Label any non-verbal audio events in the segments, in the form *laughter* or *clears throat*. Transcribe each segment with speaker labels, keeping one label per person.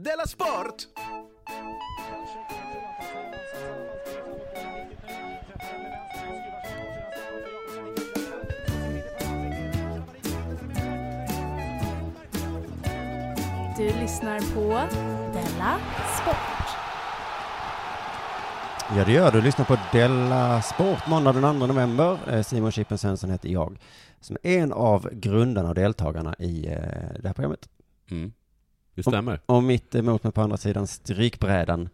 Speaker 1: Della Sport!
Speaker 2: Du lyssnar på Della Sport.
Speaker 3: Ja, det gör du. Lyssna på Della Sport måndag den 2 november. Eh, Simon Chippen Svensson heter jag, som är en av grundarna och deltagarna i eh, det här programmet.
Speaker 4: Mm. Det stämmer.
Speaker 3: Och mitt emot mig på andra sidan strykbrädan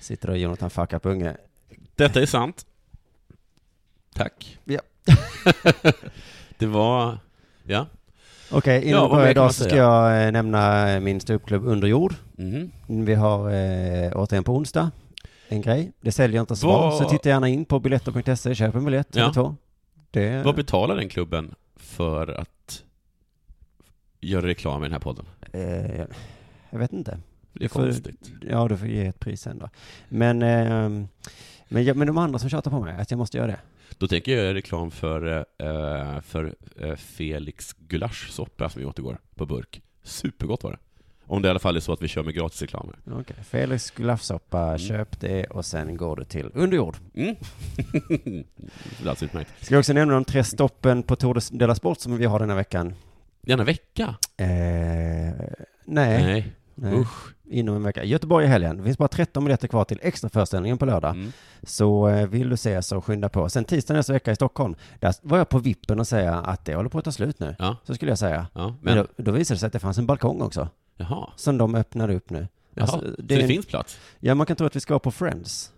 Speaker 3: sitter då Jonathan Fuckup Unge.
Speaker 4: Detta är sant. Tack.
Speaker 3: Ja.
Speaker 4: *laughs* det var... Ja.
Speaker 3: Okej, innan
Speaker 4: Ja,
Speaker 3: vi börjar
Speaker 4: vad mer kan man
Speaker 3: idag så ska
Speaker 4: säga?
Speaker 3: jag eh, nämna eh, min ståuppklubb Under jord.
Speaker 4: Mhm.
Speaker 3: Vi har eh, återigen på onsdag en grej. Det säljer inte så bra,
Speaker 4: Vad-
Speaker 3: så titta gärna in på biljetter.se, E, köp en biljett
Speaker 4: Ja.
Speaker 3: eller två. Det,
Speaker 4: Vad betalar den klubben för att göra reklam i den här podden?
Speaker 3: eh, jag vet inte.
Speaker 4: Det är
Speaker 3: För-
Speaker 4: konstigt.
Speaker 3: Ja, du får ge ett pris sen då. Men, eh, men, jag, men de andra som tjatar på mig, att jag måste göra det.
Speaker 4: Då tänker jag göra reklam för, eh, för eh, Felix gulaschsoppa som vi åt igår på burk. Supergott var det. Om det i alla fall är så att vi kör med gratisreklam. här.
Speaker 3: Okej, Felix glaffsoppa, köp det och sen går du till underjord.
Speaker 4: Mm. *laughs* det är alltså utmärkt.
Speaker 3: Ska jag också nämna de tre stoppen på Tour de la Sport som vi har den här veckan?
Speaker 4: Gärna vecka.
Speaker 3: Eh, nej,
Speaker 4: Nej.
Speaker 3: nej.
Speaker 4: Usch.
Speaker 3: inom en vecka. Göteborg i helgen. Det finns bara 13 biljetter kvar till extra föreställningen på lördag.
Speaker 4: Mm.
Speaker 3: Så eh, vill du se så skynda på. Sen tisdag nästa vecka i Stockholm, där var jag på vippen och säga att det håller på att ta slut nu.
Speaker 4: Ja.
Speaker 3: Så skulle jag säga.
Speaker 4: Ja,
Speaker 3: Men,
Speaker 4: men,
Speaker 3: då, då visade det sig att det fanns en balkong också,
Speaker 4: jaha.
Speaker 3: som de öppnade upp nu.
Speaker 4: jaha.
Speaker 3: Alltså,
Speaker 4: så
Speaker 3: det är
Speaker 4: det
Speaker 3: en-
Speaker 4: finns plats?
Speaker 3: Ja, man kan tro att vi ska vara på Friends.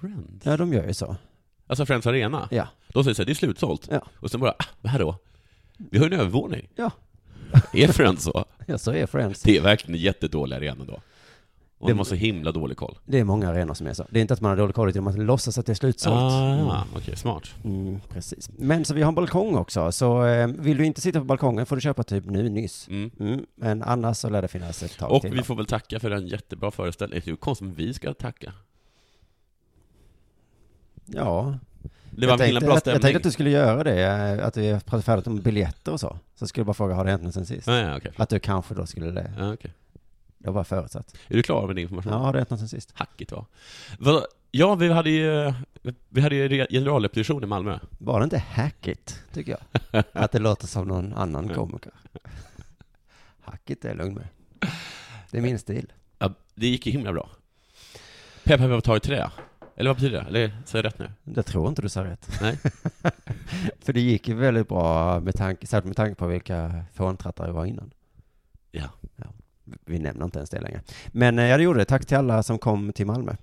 Speaker 4: Friends?
Speaker 3: Ja, de gör ju så.
Speaker 4: Alltså Friends Arena?
Speaker 3: Ja.
Speaker 4: De säger så här, det är slutsålt.
Speaker 3: Ja.
Speaker 4: Och sen bara, ah, vad här då? Vi har ju en övervåning.
Speaker 3: Ja.
Speaker 4: *laughs* Är Friends så?
Speaker 3: Ja, så är Friends.
Speaker 4: Det är verkligen en jättedålig arena då. Och
Speaker 3: Det-
Speaker 4: de har så himla dålig koll.
Speaker 3: Det är många arenor som är så. Det är inte att man har dålig koll, utan man låtsas att det är slutsålt.
Speaker 4: Ah, okej, smart.
Speaker 3: Mm, precis. Men så vi har en balkong också, så eh, vill du inte sitta på balkongen får du köpa typ nu, nyss.
Speaker 4: Mm.
Speaker 3: Mm, men annars så lär det finnas ett tag
Speaker 4: Och
Speaker 3: till.
Speaker 4: vi får väl tacka för en jättebra föreställning. Det är ju konstigt om vi ska tacka.
Speaker 3: Ja,
Speaker 4: Det var en himla bra
Speaker 3: jag, jag
Speaker 4: stämning.
Speaker 3: tänkte att du skulle göra det, eh, att vi har pratat färdigt om biljetter och så. Så skulle jag bara fråga, har det hänt något sen sist?
Speaker 4: Ah, ja, okej.
Speaker 3: Att du kanske då skulle det.
Speaker 4: Ja, okej.
Speaker 3: Det var bara förutsatt.
Speaker 4: Är du klar med din
Speaker 3: Ja,
Speaker 4: information?
Speaker 3: har det hänt något sen sist?
Speaker 4: Hackigt va? Vad- Ja, vi hade ju, vi hade ju re- generalrepetition i Malmö.
Speaker 3: Var det inte hackigt, tycker jag? *laughs* Att det låter som någon annan *laughs* komiker. Hackigt är jag lugn med. Det är min stil.
Speaker 4: Ja, det gick ju himla bra. Pepp, pepp, pepp, tar i trä. Eller vad betyder det? Eller säger jag rätt nu?
Speaker 3: Jag tror inte du sa rätt. *laughs*
Speaker 4: Nej.
Speaker 3: För det gick ju väldigt bra, med tanke, särskilt med tanke på vilka fåntrattar vi var innan.
Speaker 4: Ja.
Speaker 3: Vi nämner inte ens det längre. Men eh, ja, det gjorde det. Tack till alla som kom till Malmö.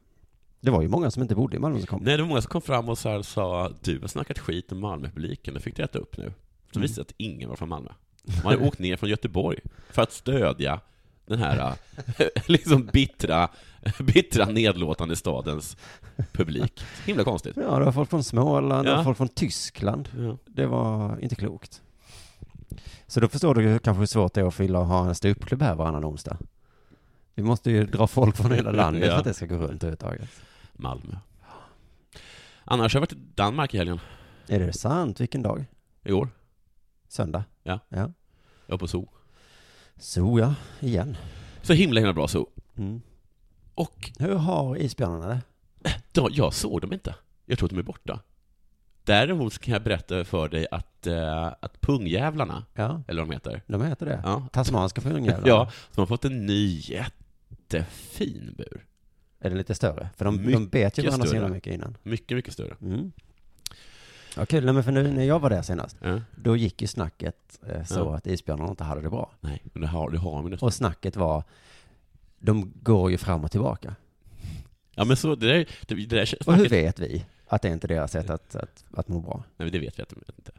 Speaker 3: Det var ju många som inte bodde i Malmö som kom.
Speaker 4: Nej, det var många som kom fram och så här sa du har snackat skit om Malmöpubliken, det fick du äta upp nu. Så
Speaker 3: Mm.
Speaker 4: visade det sig att ingen var från Malmö. Man hade åkt ner från Göteborg för att stödja den här *laughs* eh, liksom bittra, *laughs* bittra nedlåtande stadens publik. Himla konstigt.
Speaker 3: *laughs* Ja, det var folk från Småland, det
Speaker 4: Ja.
Speaker 3: var folk från Tyskland.
Speaker 4: Ja.
Speaker 3: Det var inte klokt. Så då förstår du ju kanske hur svårt det är att fylla och ha en ståuppklubb här varannan onsdag. Vi måste ju dra folk från
Speaker 4: *laughs*
Speaker 3: hela landet
Speaker 4: Ja.
Speaker 3: för att det ska gå runt överhuvudtaget.
Speaker 4: Malmö. Annars har jag varit i Danmark i helgen,
Speaker 3: Är det sant? Vilken dag?
Speaker 4: i år.
Speaker 3: Söndag?
Speaker 4: Ja.
Speaker 3: ja.
Speaker 4: Jag var på zoo.
Speaker 3: Så ja, igen.
Speaker 4: Så himla, himla bra zoo.
Speaker 3: Mm.
Speaker 4: Och
Speaker 3: Hur har isbjörnarna det?
Speaker 4: då, jag såg dem inte. Jag tror att de är borta. Däremot kan jag berätta för dig att, eh, att pungjävlarna,
Speaker 3: Ja,
Speaker 4: eller vad de heter,
Speaker 3: de heter det.
Speaker 4: Ja.
Speaker 3: Tasmanska
Speaker 4: *laughs*
Speaker 3: fågeljävlar?
Speaker 4: Ja, som har fått en ny jättefin bur.
Speaker 3: Är det lite större? För de, de
Speaker 4: Mycket
Speaker 3: bet ju varandra så
Speaker 4: större.
Speaker 3: himla mycket innan.
Speaker 4: Mycket, mycket större.
Speaker 3: Mm. Ja, kul. Nej, men för nu när jag var där senast,
Speaker 4: Ja.
Speaker 3: då gick ju snacket eh, så
Speaker 4: Ja.
Speaker 3: att isbjörnarna inte hade det bra.
Speaker 4: Nej, men det har, det har man inte.
Speaker 3: Och snacket var, de går ju fram och tillbaka.
Speaker 4: Ja, men så, det där, det, det där snacket,
Speaker 3: Och hur vet vi att det inte är deras sätt att, att, att må bra? *laughs*
Speaker 4: Nej, men det vet vi att de vet inte.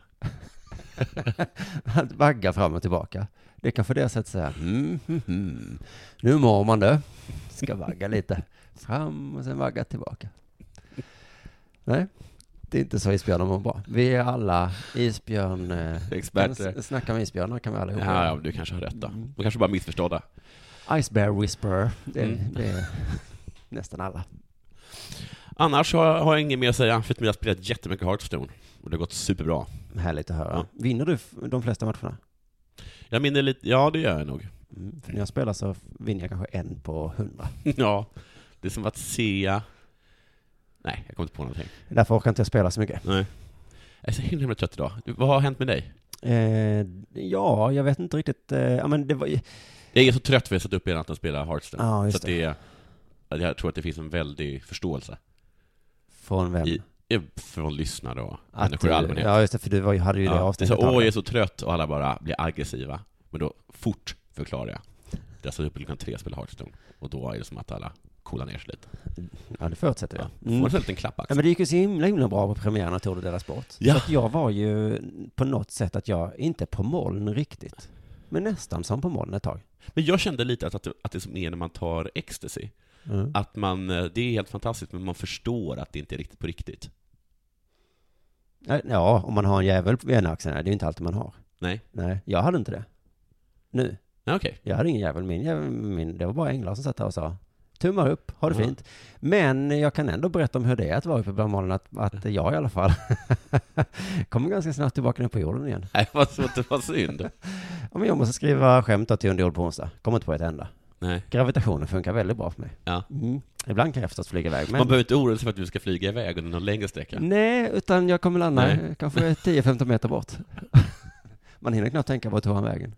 Speaker 3: Att vagga fram och tillbaka. Det är kanske deras sätt att säga, hmm, hmm, hmm. nu mår man det. Ska vagga lite. Fram och sen vagga tillbaka. Nej, det är inte så isbjörnar mår bra. Vi är alla isbjörn... eh,
Speaker 4: Experter.
Speaker 3: s- Snacka med isbjörnar kan vi allihopa.
Speaker 4: Ja, ja, men du kanske har rätt då. De kanske bara är missförstådda.
Speaker 3: Ice bear whisperer. Det,
Speaker 4: Mm.
Speaker 3: det är nästan alla.
Speaker 4: Annars har, jag- har jag inget mer att säga, förutom att jag har spelat jättemycket Hearthstone. Och det har gått superbra.
Speaker 3: Härligt att höra.
Speaker 4: Ja.
Speaker 3: Vinner du f- de flesta matcherna?
Speaker 4: Jag minner lite, ja det gör jag nog.
Speaker 3: Mm, för när jag spelar så vinner jag kanske en på hundra.
Speaker 4: *laughs* Ja, det är som att se... Nej, jag kommer inte på någonting.
Speaker 3: Därför orkar inte jag spela så mycket.
Speaker 4: Nej. Jag är så himla, himla trött idag. Du, Vad har hänt med dig?
Speaker 3: Eh, ja, jag vet inte riktigt. Eh, ja, men det var ju...
Speaker 4: Jag är så trött för att jag satt upp hela natten och spelade Hearthstone.
Speaker 3: Ja,
Speaker 4: så
Speaker 3: just
Speaker 4: att det är, jag tror att det finns en väldig förståelse
Speaker 3: Från vem?
Speaker 4: i, från lyssnare och
Speaker 3: Att
Speaker 4: människor i
Speaker 3: du,
Speaker 4: allmänhet.
Speaker 3: ja, just det, för du var, ju- hade ju det
Speaker 4: Ja, det är
Speaker 3: avsnittet.
Speaker 4: så, åh, jag är
Speaker 3: här.
Speaker 4: så trött och alla bara blir aggressiva. Men då fort förklarar jag. Jag satt upp klockan tre och spelade Hearthstone. Och då är det som att alla coolar ner sig lite.
Speaker 3: ja, det förutsätter jag.
Speaker 4: Ja. Får
Speaker 3: Mm.
Speaker 4: man så en liten klapp
Speaker 3: Ja, men det gick ju så himla, himla bra på premiären av Tour de Della Sport.
Speaker 4: Ja.
Speaker 3: Så att jag var ju på något sätt att jag, inte på moln riktigt, men nästan som på moln ett tag.
Speaker 4: Men jag kände lite att, att, det- att det som är när man tar ecstasy,
Speaker 3: Mm.
Speaker 4: att man, eh, det är helt fantastiskt, men man förstår att det inte är riktigt på riktigt.
Speaker 3: Ja, om man har en jävel på ena axeln, det är ju inte alltid man har.
Speaker 4: Nej.
Speaker 3: Nej, jag hade inte det. Nu.
Speaker 4: Ja, Okej. *laughs*
Speaker 3: Jag hade ingen jävel, min, jävel, min det var bara änglar som satt där och sa tummar upp, ha det
Speaker 4: Ja.
Speaker 3: fint. Men jag kan ändå berätta om hur det är att vara uppe bland molnen, att, att
Speaker 4: Mm.
Speaker 3: jag i alla fall *laughs* kommer ganska snabbt tillbaka ner på jorden igen.
Speaker 4: Nej, vad, så, det var synd.
Speaker 3: Ja, men jag måste skriva skämt då till under jord på onsdag, kommer inte på ett enda.
Speaker 4: Nej.
Speaker 3: Gravitationen funkar väldigt bra för mig.
Speaker 4: Ja.
Speaker 3: Mm. Ibland kan jag förstås flyga iväg,
Speaker 4: Man
Speaker 3: men... Mm.
Speaker 4: behöver inte oroa sig för att du ska flyga iväg under någon längre sträcka.
Speaker 3: Nej, utan jag kommer landa
Speaker 4: Nej.
Speaker 3: kanske 10-15 meter
Speaker 4: *laughs*
Speaker 3: bort. Man hinner knappt tänka, vart tog han vägen?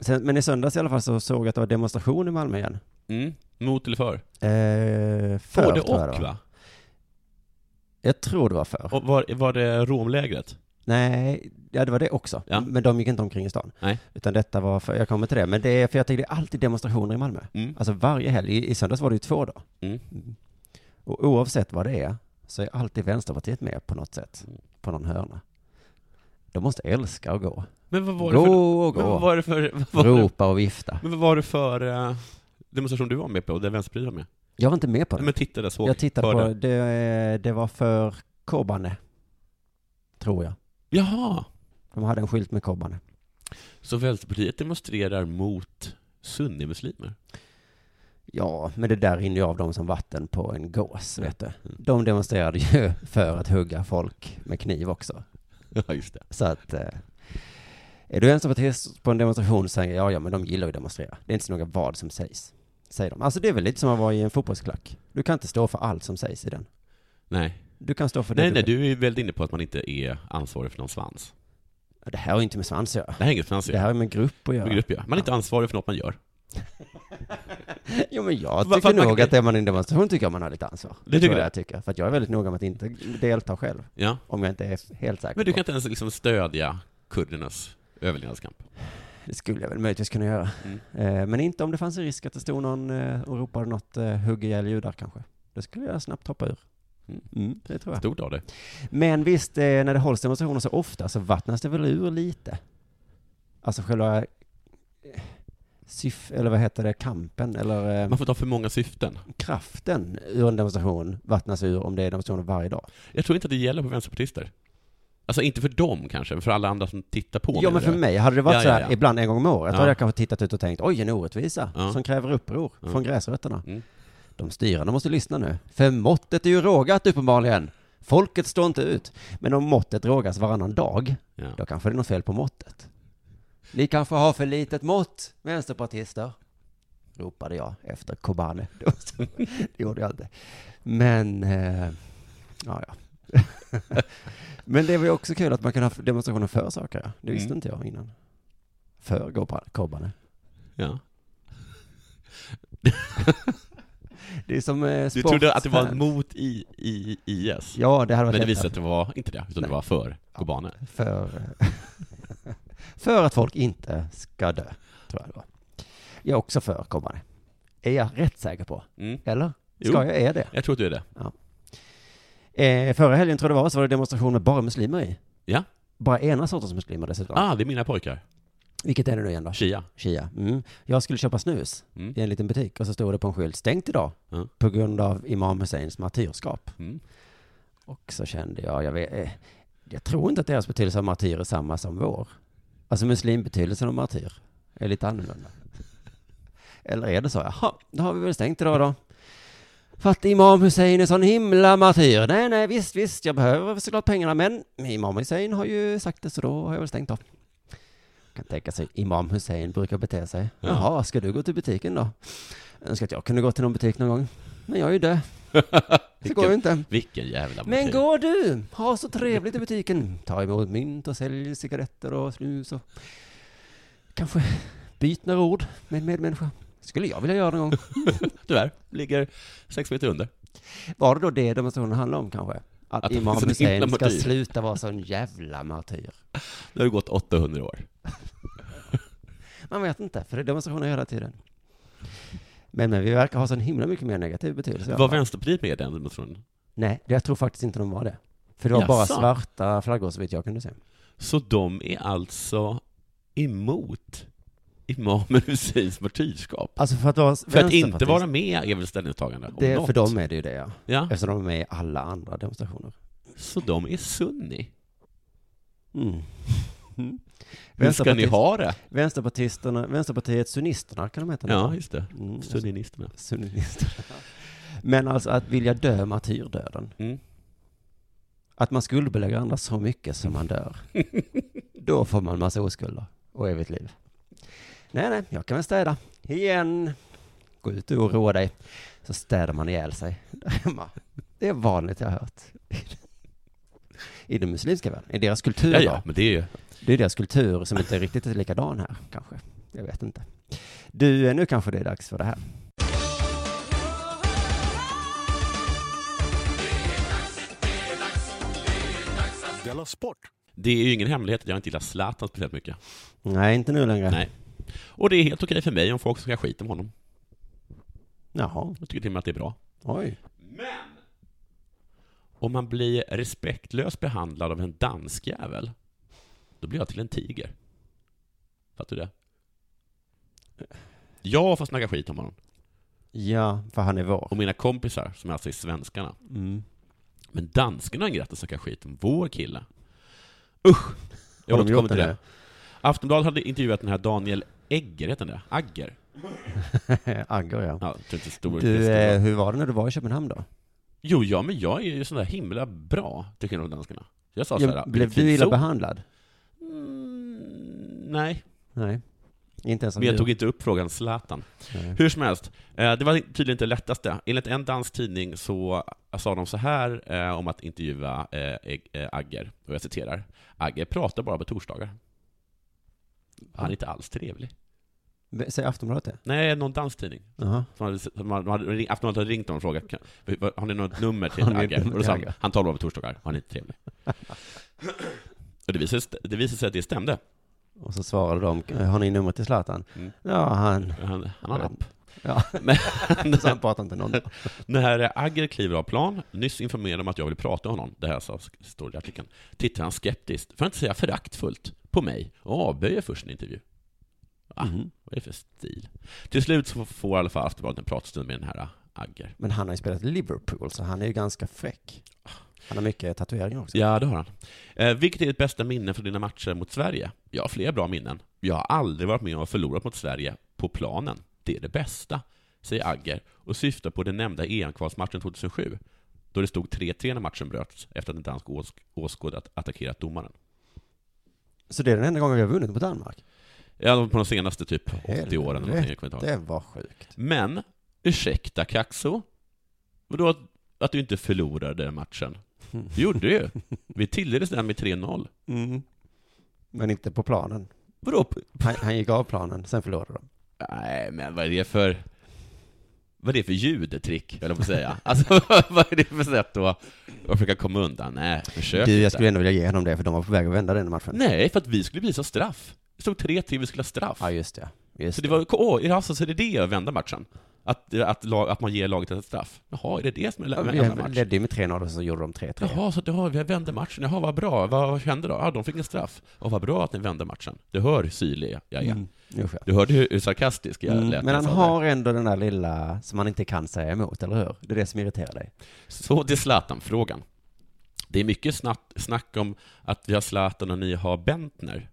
Speaker 3: Sen, men i söndags i alla fall så såg jag att det var demonstration i Malmö igen.
Speaker 4: Mm. Mot eller för?
Speaker 3: Eh, för,
Speaker 4: Både
Speaker 3: tror jag det
Speaker 4: och,
Speaker 3: var.
Speaker 4: va?
Speaker 3: Jag tror det var för.
Speaker 4: Och var, var det Romlägret?
Speaker 3: Nej, ja det var det också.
Speaker 4: Ja.
Speaker 3: Men de gick inte omkring i stan.
Speaker 4: Nej.
Speaker 3: Utan detta var för, jag kommer till det, men det är för jag tycker det är alltid demonstrationer i Malmö.
Speaker 4: Mm.
Speaker 3: Alltså varje helg, i, i söndags var det ju två dagar.
Speaker 4: Mm.
Speaker 3: Och oavsett vad det är så är alltid Vänsterpartiet med på något sätt, på någon hörna. De måste älska att gå.
Speaker 4: Men vad var det för...
Speaker 3: Gå och
Speaker 4: Men vad
Speaker 3: gå.
Speaker 4: var det för... *laughs* Vad var det,
Speaker 3: Ropa och vifta.
Speaker 4: men vad var det för eh, demonstration du var med på, där Vänsterpartiet var med?
Speaker 3: Jag var inte med på
Speaker 4: Nej,
Speaker 3: det.
Speaker 4: men tittade, såg,
Speaker 3: Jag tittade
Speaker 4: hörde.
Speaker 3: på, det, det var för Kobane. Tror jag.
Speaker 4: Jaha!
Speaker 3: De hade en skylt med Kobane.
Speaker 4: Så Vänsterpartiet demonstrerar mot sunnimuslimer? *laughs*
Speaker 3: Ja, men det där rinner ju av dem som vatten på en gås, vet du.
Speaker 4: Mm.
Speaker 3: De demonstrerade ju *laughs* för att hugga folk med kniv också.
Speaker 4: Ja, just det.
Speaker 3: Så att... Eh, är du vänsterpartist på en demonstration så säger jag, ja, ja, men de gillar ju att demonstrera. Det är inte så noga vad som sägs, säger de. Alltså det är väl lite som att vara i en fotbollsklack. Du kan inte stå för allt som sägs i den.
Speaker 4: Nej.
Speaker 3: Du kan stå för det
Speaker 4: Nej,
Speaker 3: du
Speaker 4: nej,
Speaker 3: vill.
Speaker 4: du är väldigt inne på att man inte är ansvarig för någon svans.
Speaker 3: Det här har ju inte med svans att göra.
Speaker 4: Det här är inget
Speaker 3: Det
Speaker 4: finansierat.
Speaker 3: här är med grupp att göra.
Speaker 4: Alltså, Med grupp, ja. Man är inte ansvarig för något man gör.
Speaker 3: *laughs* Jo, men jag
Speaker 4: Va-
Speaker 3: tycker
Speaker 4: för att man-
Speaker 3: nog att är man i en demonstration tycker jag man har lite ansvar.
Speaker 4: Det tycker
Speaker 3: tror
Speaker 4: du?
Speaker 3: jag tycker. För att jag är väldigt noga med att inte delta själv.
Speaker 4: Ja.
Speaker 3: Om jag inte är helt säker
Speaker 4: Men du
Speaker 3: på.
Speaker 4: kan inte ens liksom stödja kurdernas överlevnadskamp?
Speaker 3: Det skulle jag väl möjligtvis kunna göra.
Speaker 4: Mm.
Speaker 3: Eh, men inte om det fanns en risk att det stod någon eh, och ropade något eh, hugg ihjäl judar kanske. Då skulle jag snabbt hoppa ur.
Speaker 4: Mm.
Speaker 3: Mm, det tror jag.
Speaker 4: Stort av dig.
Speaker 3: Men visst, eh, när det hålls demonstrationer så ofta så vattnas det väl ur lite. Alltså själva eh, syf, eller vad heter det, kampen eller eh,
Speaker 4: Man får ta för många syften.
Speaker 3: kraften ur en demonstration vattnas ur om det är demonstrationer varje dag.
Speaker 4: Jag tror inte att det gäller på vänsterpartister. Alltså inte för dem kanske, men för alla andra som tittar på.
Speaker 3: ja men
Speaker 4: menar
Speaker 3: för
Speaker 4: jag.
Speaker 3: mig, hade det varit
Speaker 4: Ja,
Speaker 3: så här
Speaker 4: ja, ja.
Speaker 3: ibland en gång om året,
Speaker 4: Ja.
Speaker 3: hade jag kanske tittat ut och tänkt oj en orättvisa
Speaker 4: Ja.
Speaker 3: som kräver uppror från gräsrötterna.
Speaker 4: Mm.
Speaker 3: De styrande måste lyssna nu, för måttet är ju rågat uppenbarligen. Folket står inte ut. Men om måttet rågas varannan dag,
Speaker 4: Ja.
Speaker 3: då kanske det är något fel på måttet. Ni kanske har för litet mått, vänsterpartister. Ropade jag efter Kobane. *laughs* Det var så- det gjorde jag inte. Men, eh, ja, *laughs* ja. Men det var ju också kul att man kan ha demonstrationer för saker. ja. Det visste
Speaker 4: Mm.
Speaker 3: inte jag innan. För Goba- Kobane.
Speaker 4: Ja.
Speaker 3: Alltså, Det är som eh,
Speaker 4: Du trodde att det var
Speaker 3: sportfan.
Speaker 4: mot i, i, IS?
Speaker 3: Ja, det hade varit
Speaker 4: Men det
Speaker 3: lättare.
Speaker 4: visade att det var inte det, utan
Speaker 3: Nej.
Speaker 4: det var för Kobane.
Speaker 3: För, eh, *laughs* för att folk inte ska dö, tror jag det var. Jag är också för Kobane. Är jag rätt säker på?
Speaker 4: Mm.
Speaker 3: Eller?
Speaker 4: Jo.
Speaker 3: Ska jag är det?
Speaker 4: Jag tror att du är det.
Speaker 3: Eh, förra helgen tror jag det var, så var det demonstration med bara muslimer i.
Speaker 4: Ja.
Speaker 3: Bara ena sortens muslimer dessutom.
Speaker 4: Ah, det är mina pojkar.
Speaker 3: Vilket är det nu igen då?
Speaker 4: Shia.
Speaker 3: Shia. Mm. Jag skulle köpa snus
Speaker 4: Mm.
Speaker 3: i en liten butik och så stod det på en skylt, stängt idag,
Speaker 4: Ja.
Speaker 3: på grund av Imam Husseins martyrskap.
Speaker 4: Mm.
Speaker 3: Och så kände jag, jag, vet, eh, jag tror inte att deras betydelse av martyr är samma som vår. Alltså muslimbetydelsen av martyr är lite annorlunda. Eller är det så? Jaha, då har vi väl stängt idag då. För att Imam Hussein är sån himla martyr. Nej, nej, visst, visst, jag behöver såklart pengarna, men Imam Hussein har ju sagt det, så då har jag väl stängt av. Kan tänka sig, Imam Hussein brukar bete sig. Jaha, ska du gå till butiken då? Önskar att jag kunde gå till någon butik någon gång. Men jag är ju död. Det går ju inte.
Speaker 4: Vilken jävla
Speaker 3: Men
Speaker 4: butik.
Speaker 3: går du, ha så trevligt i butiken. Ta emot mynt och sälj cigaretter och snus och kanske byt några ord med en medmänniska. Skulle jag vilja göra någon
Speaker 4: *laughs*
Speaker 3: gång.
Speaker 4: Tyvärr, ligger sex meter under.
Speaker 3: Var det då det demonstrationen handlade om kanske? Att,
Speaker 4: Att han är
Speaker 3: Imam
Speaker 4: sån himla
Speaker 3: Hussein ska
Speaker 4: martyr.
Speaker 3: sluta vara sån jävla martyr.
Speaker 4: Det har ju gått 800 år.
Speaker 3: Man vet inte, för det är demonstrationer hela tiden. Men, men vi verkar ha sån himla mycket mer negativ betydelse. i alla
Speaker 4: Var
Speaker 3: fall.
Speaker 4: Vänsterpartiet med i den demonstrationen?
Speaker 3: Nej, det- jag tror faktiskt inte de var det. För det var bara
Speaker 4: Jaså?
Speaker 3: svarta flaggor så vitt jag kunde se.
Speaker 4: Så de är alltså emot imamen Husseins martyrskap?
Speaker 3: Alltså för att vara
Speaker 4: För att inte vara med är väl ställningstagande? om
Speaker 3: det,
Speaker 4: något.
Speaker 3: För dem är det ju det ja.
Speaker 4: Ja,
Speaker 3: Eftersom de är med i alla andra demonstrationer.
Speaker 4: så de är sunni.
Speaker 3: Mm.
Speaker 4: Hur ska ni
Speaker 3: Vänsterpartist-
Speaker 4: ha det?
Speaker 3: Vänsterpartisterna, Vänsterpartiet, Sunnisterna kan de heta nu.
Speaker 4: Ja, just det.
Speaker 3: Mm,
Speaker 4: Sunninisterna.
Speaker 3: Sunninisterna. *laughs* Men alltså att vilja dö martyrdöden.
Speaker 4: Mm.
Speaker 3: Att man skuldbelägger andra så mycket som man
Speaker 4: *laughs*
Speaker 3: dör. Då får man massa oskulder och evigt liv. Nej, nej, jag kan väl städa. Igen. Gå ut och oroa dig. Så städar man ihjäl sig där hemma. Det är vanligt jag har hört. I den muslimska världen. I deras kultur
Speaker 4: Ja,
Speaker 3: då.
Speaker 4: ja, men det är ju...
Speaker 3: Det är deras kultur som inte riktigt är likadan här, kanske. Jag vet inte. Du, eh, nu kanske det är dags för det här.
Speaker 1: Della Sport!
Speaker 4: Det är ju ingen hemlighet att jag inte gillar Zlatan speciellt mycket.
Speaker 3: Nej, inte nu längre.
Speaker 4: Nej. Och det är helt okej för mig om folk ska skita om honom.
Speaker 3: Jaha,
Speaker 4: Jag tycker till och med att det är bra.
Speaker 3: oj.
Speaker 4: Men! Om man blir respektlöst behandlad av en danskjävel, då blir jag till en tiger. Fattar du det? Jag får snacka skit om honom.
Speaker 3: Ja, för han är vår.
Speaker 4: Och mina kompisar, som alltså är svenskarna.
Speaker 3: *laughs* Mm.
Speaker 4: Men danskarna har ingen rätt att snacka skit om vår kille. Usch! Jag
Speaker 3: Har de
Speaker 4: återkommer
Speaker 3: gjort
Speaker 4: till
Speaker 3: det
Speaker 4: det.
Speaker 3: nu?
Speaker 4: Aftonbladet hade intervjuat den här Daniel Egger, heter han det? Agger?
Speaker 3: Agger, ja.
Speaker 4: Ja, jag tror inte stor
Speaker 3: Du,
Speaker 4: stor-
Speaker 3: eh, hur var det när du var i Köpenhamn då?
Speaker 4: Jo, ja, men jag är ju sån där himla bra, till skillnad från danskarna. Jag sa såhär,
Speaker 3: Ja, blev du illa behandlad?
Speaker 4: Mm, nej,
Speaker 3: Nej. Inte ens av
Speaker 4: men jag
Speaker 3: djur.
Speaker 4: tog inte upp frågan Zlatan.
Speaker 3: Nej.
Speaker 4: Hur som helst, eh, det var tydligen inte det lättaste. Enligt en dansk tidning så sa de så här eh, om att intervjua eh, Eg- eh, Agger, och jag citerar. Agger pratar bara på torsdagar. Han är inte alls trevlig.
Speaker 3: Be- Säger Aftonbladet det?
Speaker 4: Nej, någon dansk tidning.
Speaker 3: Jaha.
Speaker 4: Som hade, som hade, hade, Aftonbladet hade ringt honom och frågat "Kan- vad- Har ni något nummer
Speaker 3: *laughs*
Speaker 4: till
Speaker 3: Har ni ett
Speaker 4: Agge?
Speaker 3: nummer
Speaker 4: Och då
Speaker 3: till
Speaker 4: sa han,
Speaker 3: Agge?
Speaker 4: han talar bara på torsdagar, han är inte
Speaker 3: *laughs*
Speaker 4: trevlig. och det visade, sig- det visade sig att det stämde.
Speaker 3: Och så svarade de, eh, har ni nummer till Zlatan?
Speaker 4: Mm.
Speaker 3: Ja, han...
Speaker 4: Han, han har en app.
Speaker 3: Ja.
Speaker 4: Men
Speaker 3: *laughs* Så han pratar *laughs* inte någon.
Speaker 4: när Agger kliver av plan, nyss informerad om att jag vill prata med honom, det här sa- står det i artikeln, tittar han skeptiskt, för att inte säga föraktfullt, på mig och avböjer först en intervju. Ah,
Speaker 3: Mhm.
Speaker 4: Vad är det för stil? Till slut så får i alla fall Aftonbladet en pratstund med den här Agger.
Speaker 3: Men han har ju spelat i Liverpool, så han är ju ganska fräck. Han har mycket tatueringar också.
Speaker 4: Ja, det har han. Eh, vilket är ditt bästa minne från dina matcher mot Sverige? Jag har flera bra minnen. Jag har aldrig varit med om att förlora mot Sverige på planen. Det är det bästa, säger Agger och syftar på den nämnda EM-kvalsmatchen 2007, då det stod 3-3 när matchen bröts efter att en dansk åsk- åskådare att- attackerat domaren.
Speaker 3: Så det är den enda gången vi har vunnit mot Danmark?
Speaker 4: Ja, det var på de senaste typ 80 åren eller någonting, jag kommer inte ihåg.
Speaker 3: Det var sjukt.
Speaker 4: Men, ursäkta Kaxo, vadå att, att du inte förlorade den matchen? Det gjorde du ju. Vi tilldelades den med 3-0.
Speaker 3: Mm. Men inte på planen.
Speaker 4: Vadå
Speaker 3: Han, han gick av planen, sen förlorade de.
Speaker 4: Nej, men vad är det för... Vad är det för judetrick, höll jag på
Speaker 3: *laughs*
Speaker 4: att säga. Alltså, vad är det för sätt att, att försöka komma undan? Nej, försök
Speaker 3: Du,
Speaker 4: inte.
Speaker 3: jag skulle ändå vilja ge honom det, för de var på väg att vända den matchen.
Speaker 4: eh? Nej, för att vi skulle visa straff. Det stod 3-3, vi skulle ha straff.
Speaker 3: Ja, just det. Just
Speaker 4: så det var, åh, är det alltså, så är det det att vända matchen? Att, att, lag- att man ger laget ett straff? Jaha, är det det som är
Speaker 3: Ja,
Speaker 4: att vända
Speaker 3: Vi
Speaker 4: matchen?
Speaker 3: ledde ju med 3-0 och så gjorde de 3-3.
Speaker 4: Jaha, så det har, vi vände matchen. Jaha, vad bra. Vad, vad hände då? Ja, de fick en straff. Och vad bra att ni vände matchen. Du hör hur syrlig jag är.
Speaker 3: Mm. Usch, ja.
Speaker 4: Du hörde hur, hur sarkastisk jag
Speaker 3: Mm,
Speaker 4: lät. när
Speaker 3: Men
Speaker 4: jag
Speaker 3: han
Speaker 4: sa det.
Speaker 3: har ändå den där lilla som han inte kan säga emot, eller hur? Det är det som irriterar dig.
Speaker 4: Så till Zlatan-frågan. Det är mycket snack, snack om att vi har Zlatan och ni har Bentner.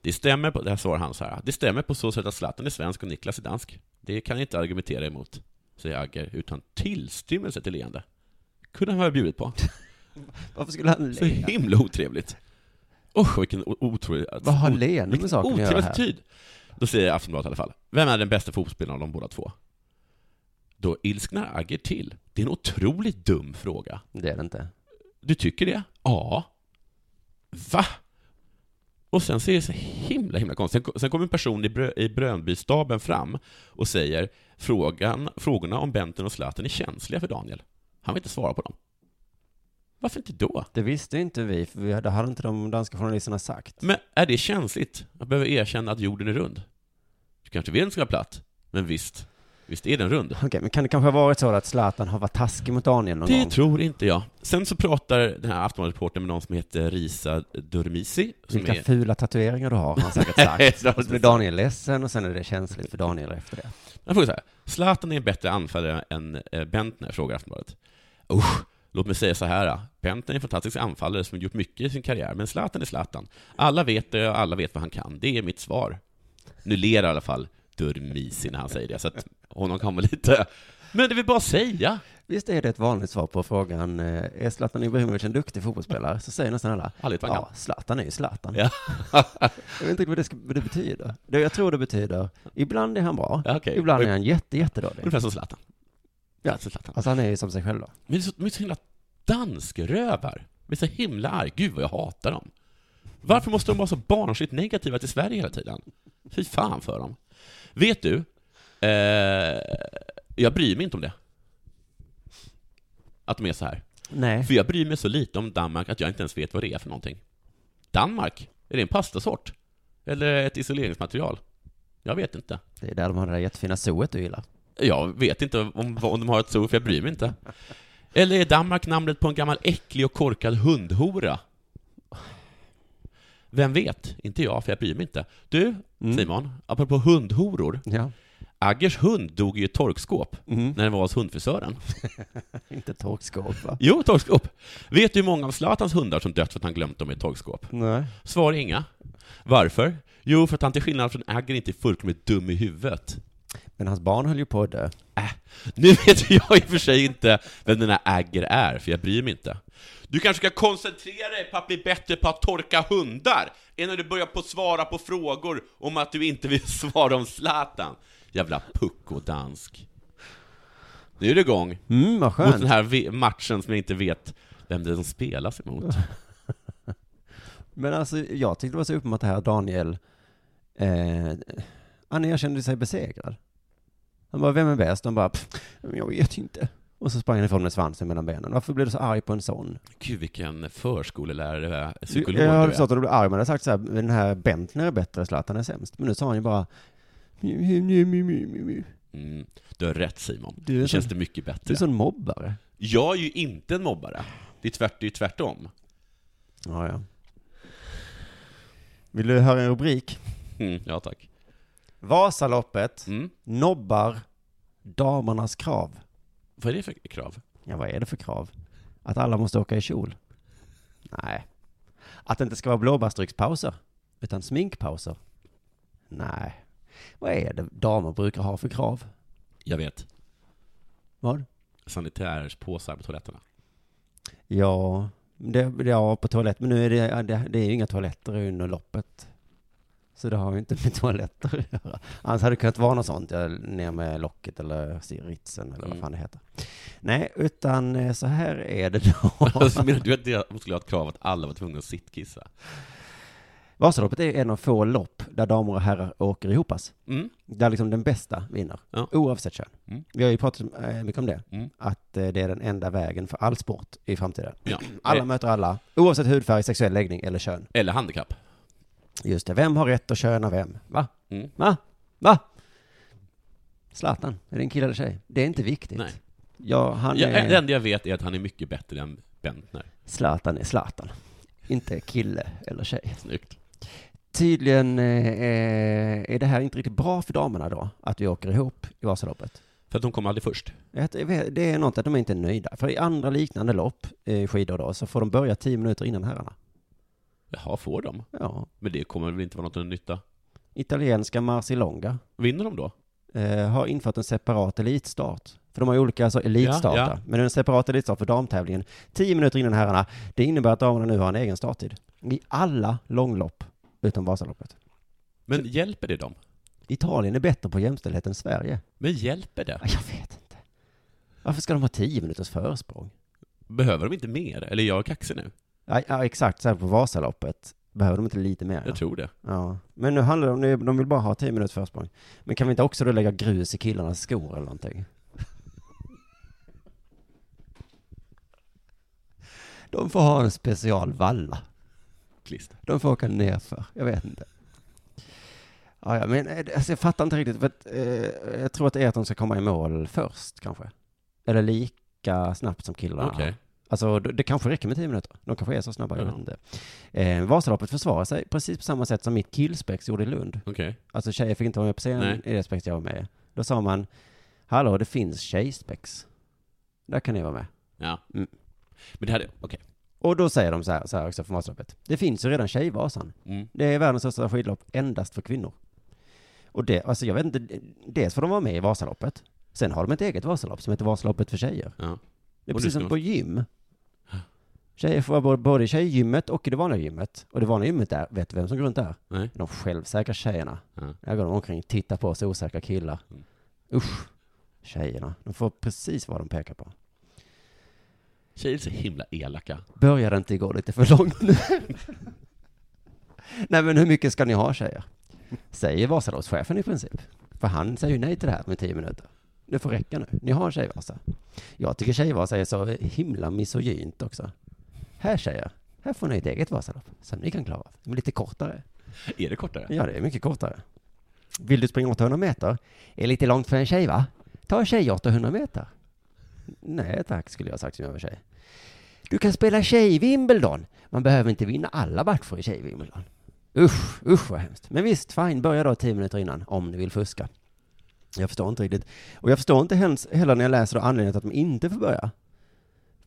Speaker 4: Det stämmer på, det här svarar han så här. Det stämmer på så sätt att Zlatan är svensk och Niklas är dansk. Det kan jag inte argumentera emot, säger Agger utan tillstymmelse till leende. Kunde han ha bjudit på.
Speaker 3: Varför skulle han
Speaker 4: Så
Speaker 3: le?
Speaker 4: himla otrevligt. Usch, vilken o- otrolig...
Speaker 3: Vad har Lene med saken att göra
Speaker 4: Otrevlig
Speaker 3: här?
Speaker 4: attityd! Då säger Aftonbladet i alla fall. Vem är den bästa fotbollsspelaren av de båda två? Då ilsknar Agger till. Det är en otroligt dum fråga.
Speaker 3: Det är det inte.
Speaker 4: Du tycker det? Ja. Va? Och sen så är det så himla, himla konstigt. Sen, sen kommer en person i, Brö, i Brönbystaben fram och säger Frågan, frågorna om Benten och Zlatan är känsliga för Daniel. Han vill inte svara på dem. Varför inte då?
Speaker 3: Det visste inte vi, för vi- det hade inte de danska journalisterna sagt.
Speaker 4: Men är det känsligt? Att behöva erkänna att jorden är rund? Du kanske vill att den ska vara platt, men visst, visst är den rund?
Speaker 3: Okej, men kan det kanske ha varit så att Zlatan har varit taskig mot Daniel någon
Speaker 4: Det
Speaker 3: gång?
Speaker 4: tror inte jag. Sen så pratar den här Aftonbladet-reportern med någon som heter Risa Durmisi, som
Speaker 3: Vilka
Speaker 4: är
Speaker 3: fula tatueringar du har, har han
Speaker 4: *laughs*
Speaker 3: säkert
Speaker 4: Nej, det har
Speaker 3: sagt.
Speaker 4: han
Speaker 3: Och så blir
Speaker 4: inte sagt.
Speaker 3: Daniel ledsen och sen är det känsligt för Daniel efter det.
Speaker 4: Jag frågar så här. Zlatan är en bättre anfallare än eh, Bentner, frågar Aftonbladet. Usch, låt mig säga så här. ah. Bentner är en fantastisk anfallare som gjort mycket i sin karriär, men Zlatan är Zlatan. Alla vet det och alla vet vad han kan. Det är mitt svar. Nu ler i alla fall Durmisi när han säger det, så att honom kan man lite... Men det vill bara säga.
Speaker 3: Visst är det ett vanligt svar på frågan, eh, är Zlatan Ibrahimovic en duktig fotbollsspelare? Så säger nästan alla,
Speaker 4: Alla vet vad han
Speaker 3: ja, Zlatan är ju Zlatan.
Speaker 4: Ja.
Speaker 3: *laughs* Jag vet inte vad det, ska, vad det betyder. Det, jag tror det betyder, ibland är han bra,
Speaker 4: Ja, okej.
Speaker 3: ibland är han jätte, jättedålig.
Speaker 4: Ungefär som Zlatan.
Speaker 3: Ja.
Speaker 4: Alltså Zlatan.
Speaker 3: Alltså han är ju som sig själv då.
Speaker 4: Men det är så, de är så himla danskrövar. De är så himla arg. Gud vad jag hatar dem. Varför måste de vara så barnsligt negativa till Sverige hela tiden? Fy fan för dem. Vet du? Eh, jag bryr mig inte om det. Att de är så här.
Speaker 3: Nej.
Speaker 4: För jag bryr mig så lite om Danmark att jag inte ens vet vad det är för någonting. Danmark? Är det en pastasort? Eller ett isoleringsmaterial? Jag vet inte.
Speaker 3: Det är där de har det där jättefina zooet du gillar.
Speaker 4: Jag vet inte om, om de har ett zoo, för jag bryr mig inte. Eller är Danmark namnet på en gammal äcklig och korkad hundhora? Vem vet? Inte jag, för jag bryr mig inte. Du, Simon, apropå hundhoror.
Speaker 3: Ja.
Speaker 4: Aggers hund dog i ett torkskåp när den var hos hundfrisören.
Speaker 3: Inte torkskåp va?
Speaker 4: Jo, torkskåp. Vet du hur många av Zlatans hundar som dött för att han glömt dem i ett torkskåp?
Speaker 3: Nej.
Speaker 4: Svar inga. Varför? Jo, för att han till skillnad från Agger inte är fullkomligt dum i huvudet.
Speaker 3: Men hans barn höll ju på att dö.
Speaker 4: Nu vet jag i och för sig inte vem den här Agger är, för jag bryr mig inte. Du kanske ska koncentrera dig på att bli bättre på att torka hundar, än när du börjar på att svara på frågor om att du inte vill *laughs* svara om Zlatan. Jävla puckodansk. Nu är det igång,
Speaker 3: Mm, vad
Speaker 4: mot den
Speaker 3: skönt.
Speaker 4: här ve- matchen som jag inte vet vem det är som spelas emot.
Speaker 3: Men alltså, jag tyckte det var så uppenbart det här Daniel, eh, han erkände sig besegrad. Han bara, vem är bäst? Han bara, "Pff, men jag vet inte. Och så sprang han ifrån med svansen mellan benen. Varför blev du så arg på en sån?
Speaker 4: Gud, vilken förskolelärare, psykolog
Speaker 3: Jag har
Speaker 4: du är.
Speaker 3: förstått att du blev arg, men jag har sagt så här, den här Bentner är bättre, Zlatan är sämst. Men nu sa han ju bara, "Mju, mju, mju, mju, mju, mju, mju."
Speaker 4: Mm, du har rätt Simon,
Speaker 3: Du är
Speaker 4: det känns
Speaker 3: så-
Speaker 4: det mycket
Speaker 3: du är
Speaker 4: bättre.
Speaker 3: en sån mobbare.
Speaker 4: Jag är ju inte en mobbare. Det är tvärt, det är tvärtom.
Speaker 3: Ja, ja. Vill du höra en rubrik?
Speaker 4: Mm, ja, tack.
Speaker 3: Vasaloppet
Speaker 4: Mm.
Speaker 3: nobbar damernas krav.
Speaker 4: Vad är det för krav?
Speaker 3: Ja, vad är det för krav? Att alla måste åka i kjol? Nej. Att det inte ska vara blåbärsdryckspauser, utan sminkpauser? Nej. Vad är det damer brukar ha för krav?
Speaker 4: Jag vet.
Speaker 3: Vad?
Speaker 4: Sanitärspåsar på toaletterna.
Speaker 3: Ja, det, det- ja på toalett, men nu är det, ja, det, det är ju inga toaletter under loppet. Så det har ju inte med *laughs* toaletter att göra. Annars hade det kunnat vara något sånt, ja, ner med locket eller ritsen eller vad
Speaker 4: Mm.
Speaker 3: fan det heter. Nej, utan eh, så här är det då.
Speaker 4: *laughs* *laughs* Alltså, menar du att det- de skulle ha ett krav att alla var tvungna att sittkissa?
Speaker 3: Vasaloppet är en av få lopp där damer och herrar åker ihopas.
Speaker 4: Mm.
Speaker 3: Där liksom den bästa vinner,
Speaker 4: Ja.
Speaker 3: oavsett kön.
Speaker 4: Mm.
Speaker 3: Vi har ju pratat eh, mycket om det,
Speaker 4: Mm.
Speaker 3: att eh, det är den enda vägen för all sport i framtiden.
Speaker 4: Ja.
Speaker 3: Alla
Speaker 4: Eh,
Speaker 3: möter alla, oavsett hudfärg, sexuell läggning eller kön.
Speaker 4: Eller handikapp.
Speaker 3: Just det, vem har rätt att köna vem? Va?
Speaker 4: Mm.
Speaker 3: Va? Va? Zlatan, är det en kille eller tjej? Det är inte viktigt.
Speaker 4: Nej.
Speaker 3: Ja, han
Speaker 4: Ja, eh,
Speaker 3: är...
Speaker 4: det enda jag vet är att han är mycket bättre än Bentner.
Speaker 3: Zlatan är Zlatan. Inte kille eller tjej.
Speaker 4: Snyggt.
Speaker 3: Tydligen eh, är det här inte riktigt bra för damerna då, att vi åker ihop i Vasaloppet.
Speaker 4: För att de kom aldrig först.
Speaker 3: Jag vet- Det är något att de inte är nöjda. För i andra liknande lopp, eh, skidor då, så får de börja tio minuter innan herrarna.
Speaker 4: Jaha, får de?
Speaker 3: Ja.
Speaker 4: Men det kommer väl inte vara något att nytta?
Speaker 3: Italienska Marsilonga
Speaker 4: Vinner de då?
Speaker 3: eh, har infört en separat elitstart. För de har ju olika alltså, elitstarter.
Speaker 4: Ja, ja.
Speaker 3: Men en separat elitstart för damtävlingen, tio minuter innan herrarna, det innebär att damerna nu har en egen starttid. I alla långlopp utom Vasaloppet.
Speaker 4: Men hjälper det dem?
Speaker 3: Italien är bättre på jämställdhet än Sverige.
Speaker 4: Men hjälper det?
Speaker 3: Ja, Jag vet inte. Varför ska de ha tio minuters försprång?
Speaker 4: Behöver de inte mer? Eller är jag kaxig nu?
Speaker 3: Ja, ja, exakt så här på Vasaloppet. Behöver de inte lite mer?
Speaker 4: Jag tror det.
Speaker 3: Ja. Men nu handlar det om, nu- de vill bara ha tio minuters försprång. Men kan vi inte också då lägga grus i killarnas skor eller någonting? De får ha en special valla.
Speaker 4: Klister.
Speaker 3: De får åka nerför. Jag vet inte. Ja, ja, men eh, alltså, jag fattar inte riktigt. För att, eh, jag tror att det är att de ska komma i mål först kanske. Eller lika snabbt som killarna.
Speaker 4: Okej.
Speaker 3: Alltså, det det kanske räcker med 10 minuter. De kanske är så snabba, jag
Speaker 4: Ja.
Speaker 3: vet inte. Eh, Vasaloppet försvarar sig precis på samma sätt som mitt killspex gjorde i Lund.
Speaker 4: Okej.
Speaker 3: Alltså tjejer fick inte vara med på scenen
Speaker 4: Nej.
Speaker 3: i det spex jag var med i. Då sa man, hallå, det finns tjejspex. Där kan ni vara med.
Speaker 4: Ja.
Speaker 3: Mm.
Speaker 4: Men det här är... Okej.
Speaker 3: Och då säger de så här, så här också från Vasaloppet. Det finns ju redan Tjejvasan.
Speaker 4: Mm.
Speaker 3: Det är världens största skidlopp endast för kvinnor. Och det, alltså jag vet inte, dels får de vara med i Vasaloppet. Sen har de ett eget Vasalopp som heter Vasaloppet för tjejer.
Speaker 4: Ja.
Speaker 3: Det är
Speaker 4: Och
Speaker 3: precis
Speaker 4: det ska
Speaker 3: som på gym. Tjejer får vara både- både i tjejgymmet och i det vanliga gymmet. Och det vanliga gymmet där, vet du vem som går runt där?
Speaker 4: Nej.
Speaker 3: De självsäkra tjejerna.
Speaker 4: Ja.
Speaker 3: Där går de omkring och tittar på oss osäkra killar.
Speaker 4: Mm.
Speaker 3: Usch. Tjejerna. De får precis vad de pekar på.
Speaker 4: Tjejer är så himla elaka.
Speaker 3: Började inte igår lite för långt nu? nej men hur mycket ska ni ha tjejer? Säger Vasaloppschefen i princip. För han säger ju nej till det här med tio minuter. Det får räcka nu. Ni har Tjejvasa. Jag tycker Tjejvasa är så himla misogynt också. Här tjejer, här får ni ett eget Vasalopp som ni kan klara av. Men lite kortare.
Speaker 4: Är det kortare?
Speaker 3: Ja, det är mycket kortare. Vill du springa 800 meter? Är lite långt för en tjej, va? Ta en tjej 800 meter. Nej tack, skulle jag ha sagt som jag var tjej. Du kan spela tjej i Wimbledon. Man behöver inte vinna alla matcher i tjej i Wimbledon. Usch, usch vad hemskt. Men visst, fine, börja då 10 minuter innan, om du vill fuska. Jag förstår inte riktigt. Och jag förstår inte hens- heller när jag läser då anledningen till att de inte får börja.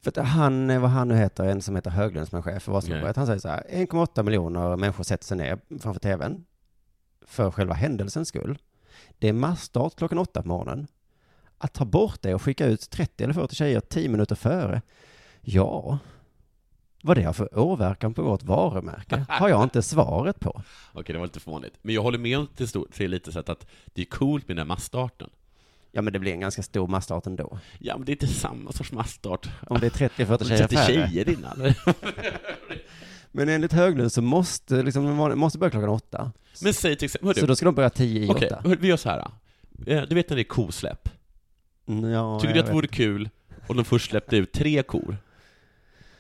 Speaker 3: För att han, eh, vad han nu heter, en som heter Höglund som är chef för
Speaker 4: Nej.
Speaker 3: Vasaloppet, han säger så här, 1,8 miljoner människor sätter sig ner framför tvn för själva händelsens skull. Det är massstart klockan åtta på morgonen. Att ta bort det och skicka ut 30 eller 40 tjejer 10 minuter före, ja, vad det har för åverkan på vårt varumärke har jag inte svaret på.
Speaker 4: Okej, det var lite fånigt. Men jag håller med om till, stor, till lite sätt att det är coolt med den här massstarten.
Speaker 3: Ja, men det blir en ganska stor massstart ändå.
Speaker 4: Ja, men det är inte samma sorts masstart.
Speaker 3: Om det är 30-40
Speaker 4: Om
Speaker 3: tjejer
Speaker 4: det
Speaker 3: färre. *laughs*
Speaker 4: tjejer innan.
Speaker 3: Men enligt Höglund så måste, liksom, man måste börja klockan åtta.
Speaker 4: men säg till exempel...
Speaker 3: Så
Speaker 4: Hörru,
Speaker 3: då ska de börja tio i
Speaker 4: okej,
Speaker 3: åtta.
Speaker 4: hör- vi gör så här. Eh, Du vet när det är kosläpp?
Speaker 3: Mm, Ja,
Speaker 4: Tycker
Speaker 3: jag
Speaker 4: du att det
Speaker 3: vet.
Speaker 4: vore kul om de först släppte ut tre kor?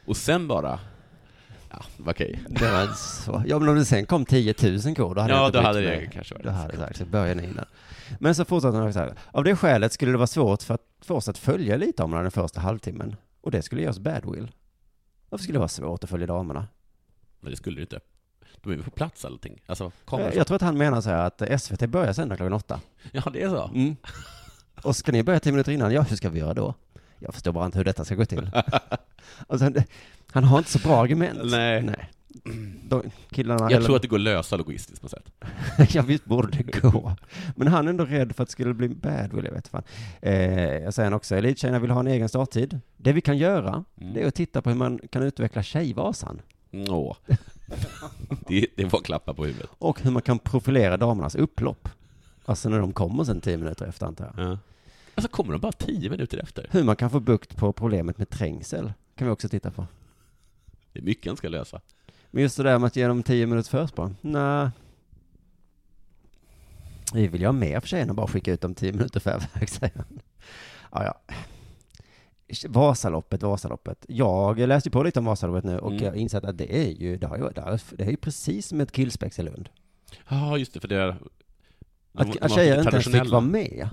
Speaker 4: Och sen bara... Ja, okej.
Speaker 3: Det var så. Ja, men om det sen kom 10 000 kor, då hade
Speaker 4: Ja,
Speaker 3: jag inte
Speaker 4: då
Speaker 3: brytt
Speaker 4: hade
Speaker 3: mig.
Speaker 4: det kanske varit
Speaker 3: Då hade jag sagt, början innan. Men så fortsatte han så här. Av det skälet skulle det vara svårt för, att, för oss att följa lite om den första halvtimmen. Och det skulle ge oss badwill. Varför skulle det vara svårt att följa damerna?
Speaker 4: Men det skulle du inte. De är väl på plats allting? Alltså, kameran.
Speaker 3: Jag, Eh, jag tror att han menar så här att eh, SVT börjar sända klockan åtta.
Speaker 4: Ja, det är så.
Speaker 3: Mm. *laughs* Och ska ni börja tio minuter innan? Ja, hur ska vi göra då? Jag förstår bara inte hur detta ska gå
Speaker 4: *laughs*
Speaker 3: till. alltså, han, han har inte så bra argument.
Speaker 4: Nej.
Speaker 3: De, killarna,
Speaker 4: Jag tror att det går att lösa logistiskt på något
Speaker 3: *laughs*
Speaker 4: sätt.
Speaker 3: ja, visst borde det gå. Men han är ändå rädd för att det skulle bli badwill, jag vet fan. Eh, jag säger också, elittjejerna vill ha en egen starttid. Det vi kan göra,
Speaker 4: Mm.
Speaker 3: det är att titta på hur man kan utveckla Tjejvasan.
Speaker 4: Nå. Det, det var klappa på huvudet.
Speaker 3: Och hur man kan profilera damernas upplopp. Alltså när de kommer sen tio minuter efter, antar jag.
Speaker 4: Ja. Alltså kommer de bara tio minuter efter?
Speaker 3: Hur man kan få bukt på problemet med trängsel, kan vi också titta på.
Speaker 4: Det är mycket han ska lösa.
Speaker 3: Men just det där med att ge dem tio minuters försprång, nej. Vi vill ju ha mer för tjejerna, bara skicka ut dem tio minuter förväg, *laughs* säger han. Ja, ja. Vasaloppet, Vasaloppet. Jag läste ju på lite om Vasaloppet nu och
Speaker 4: Mm.
Speaker 3: jag har insett att det är ju, det, har ju, det har- det är ju precis som ett killspex i Lund.
Speaker 4: Ja, just det, för det... är- de-
Speaker 3: Att,
Speaker 4: de
Speaker 3: att
Speaker 4: var
Speaker 3: tjejer
Speaker 4: lite
Speaker 3: inte ens fick
Speaker 4: traditionella.
Speaker 3: vara med.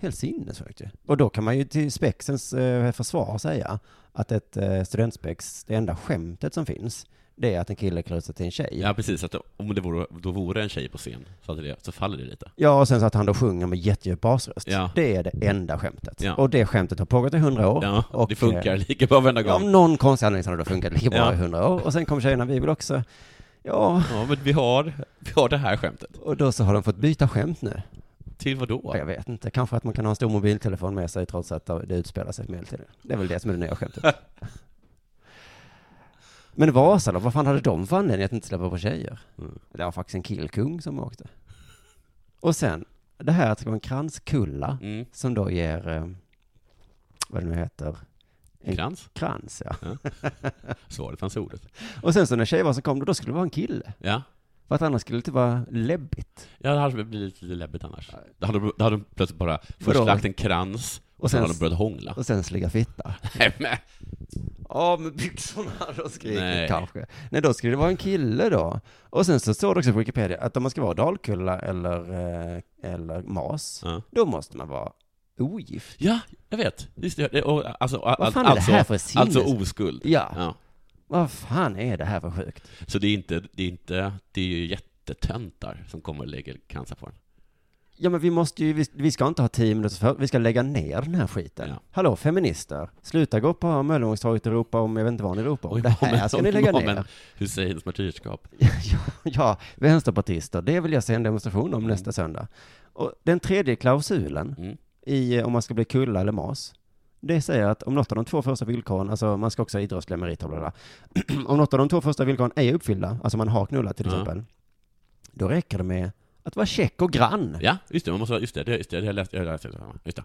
Speaker 3: Helt sinnessjukt ju. Och då kan man ju till spexens eh, försvar säga att ett eh, studentspex, det enda skämtet som finns, det är att en kille klär ut sig till en tjej.
Speaker 4: Ja, precis. Att om det vore, då vore en tjej på scen så, hade det, så faller det lite.
Speaker 3: Ja, och sen så att han då sjunger med jättedjup basröst.
Speaker 4: Ja.
Speaker 3: Det är det enda skämtet.
Speaker 4: Ja.
Speaker 3: Och det skämtet har pågått i hundra år.
Speaker 4: Ja,
Speaker 3: och,
Speaker 4: det funkar
Speaker 3: eh,
Speaker 4: lika bra varenda
Speaker 3: Ja, av
Speaker 4: gång.
Speaker 3: någon konstig anledning så har det då funkat lika bra
Speaker 4: Ja.
Speaker 3: i hundra år. Och sen kom tjejerna, vi vill också. Ja,
Speaker 4: Ja, men vi har, vi har det här skämtet.
Speaker 3: och då så har de fått byta skämt nu.
Speaker 4: Till vad då?
Speaker 3: Ja, jag vet inte, kanske att man kan ha en stor mobiltelefon med sig trots att det utspelar sig på medeltiden. Det är väl det som är det nya skämtet. Men det var Vasalopp, vad fan hade de för anledning att inte släppa på tjejer? Det var faktiskt en killkung som åkte. Och sen, det här att det var en kranskulla
Speaker 4: Mm.
Speaker 3: som då ger, eh, vad det nu heter, en
Speaker 4: Krans?
Speaker 3: krans ja.
Speaker 4: Svaret fanns i ordet.
Speaker 3: Och sen så när tjejer var som kom då, då skulle det vara en kille.
Speaker 4: Ja.
Speaker 3: För att annars skulle det typ vara läbbigt.
Speaker 4: Ja, det hade blivit lite läbbigt annars. Då hade, de- då hade de plötsligt bara först
Speaker 3: Vadå?
Speaker 4: lagt en krans, och,
Speaker 3: Och
Speaker 4: sen
Speaker 3: sen-
Speaker 4: hade de
Speaker 3: *laughs*
Speaker 4: börjat hångla. Alltså,
Speaker 3: Och sen sliga fitta.
Speaker 4: Nej, men-
Speaker 3: Av med byxorna, då skriker
Speaker 4: Nej.
Speaker 3: Nej. kanske. Nej, då skulle det vara en kille då. Och sen så står det också på Wikipedia att om man ska vara Dalkulla eller, eh, eller Mas,
Speaker 4: Ja.
Speaker 3: då måste man vara ogift.
Speaker 4: ja, jag vet. Just det, det. Och, alltså,
Speaker 3: Vad
Speaker 4: allt-
Speaker 3: fan är det
Speaker 4: alltså,
Speaker 3: här för sinnes...
Speaker 4: alltså oskuld.
Speaker 3: Ja.
Speaker 4: Ja.
Speaker 3: Vad fan är det här för sjukt?
Speaker 4: Så det är inte, det är inte, det är ju jättetöntar som kommer och lägger kransar på en.
Speaker 3: Ja men vi måste ju, vi, vi ska inte ha tio minuter för, vi ska lägga ner den här skiten.
Speaker 4: Ja.
Speaker 3: Hallå feminister, sluta gå på Möllevångstorget och ropa om jag vet inte vad ni ropar om.
Speaker 4: Oj,
Speaker 3: Det här
Speaker 4: men-
Speaker 3: ska ni lägga
Speaker 4: ja, men
Speaker 3: ner.
Speaker 4: Husseins martyrskap.
Speaker 3: ja, *laughs* ja, vänsterpartister, det vill jag se en demonstration om nästa söndag. Och den tredje klausulen
Speaker 4: Mm.
Speaker 3: i eh, om man ska bli kulla eller mas, det säger att om något av de två första villkoren, alltså man ska också ha idrottsliga meriter, bla, bla, bla. *clears throat* om något av de två första villkoren är uppfyllda, alltså man har knullat till
Speaker 4: Ja.
Speaker 3: exempel, då räcker det med att vara käck och grann.
Speaker 4: Ja, just det, man måste, just det, det- just det, det har jag läst, jag har läst, det. just det.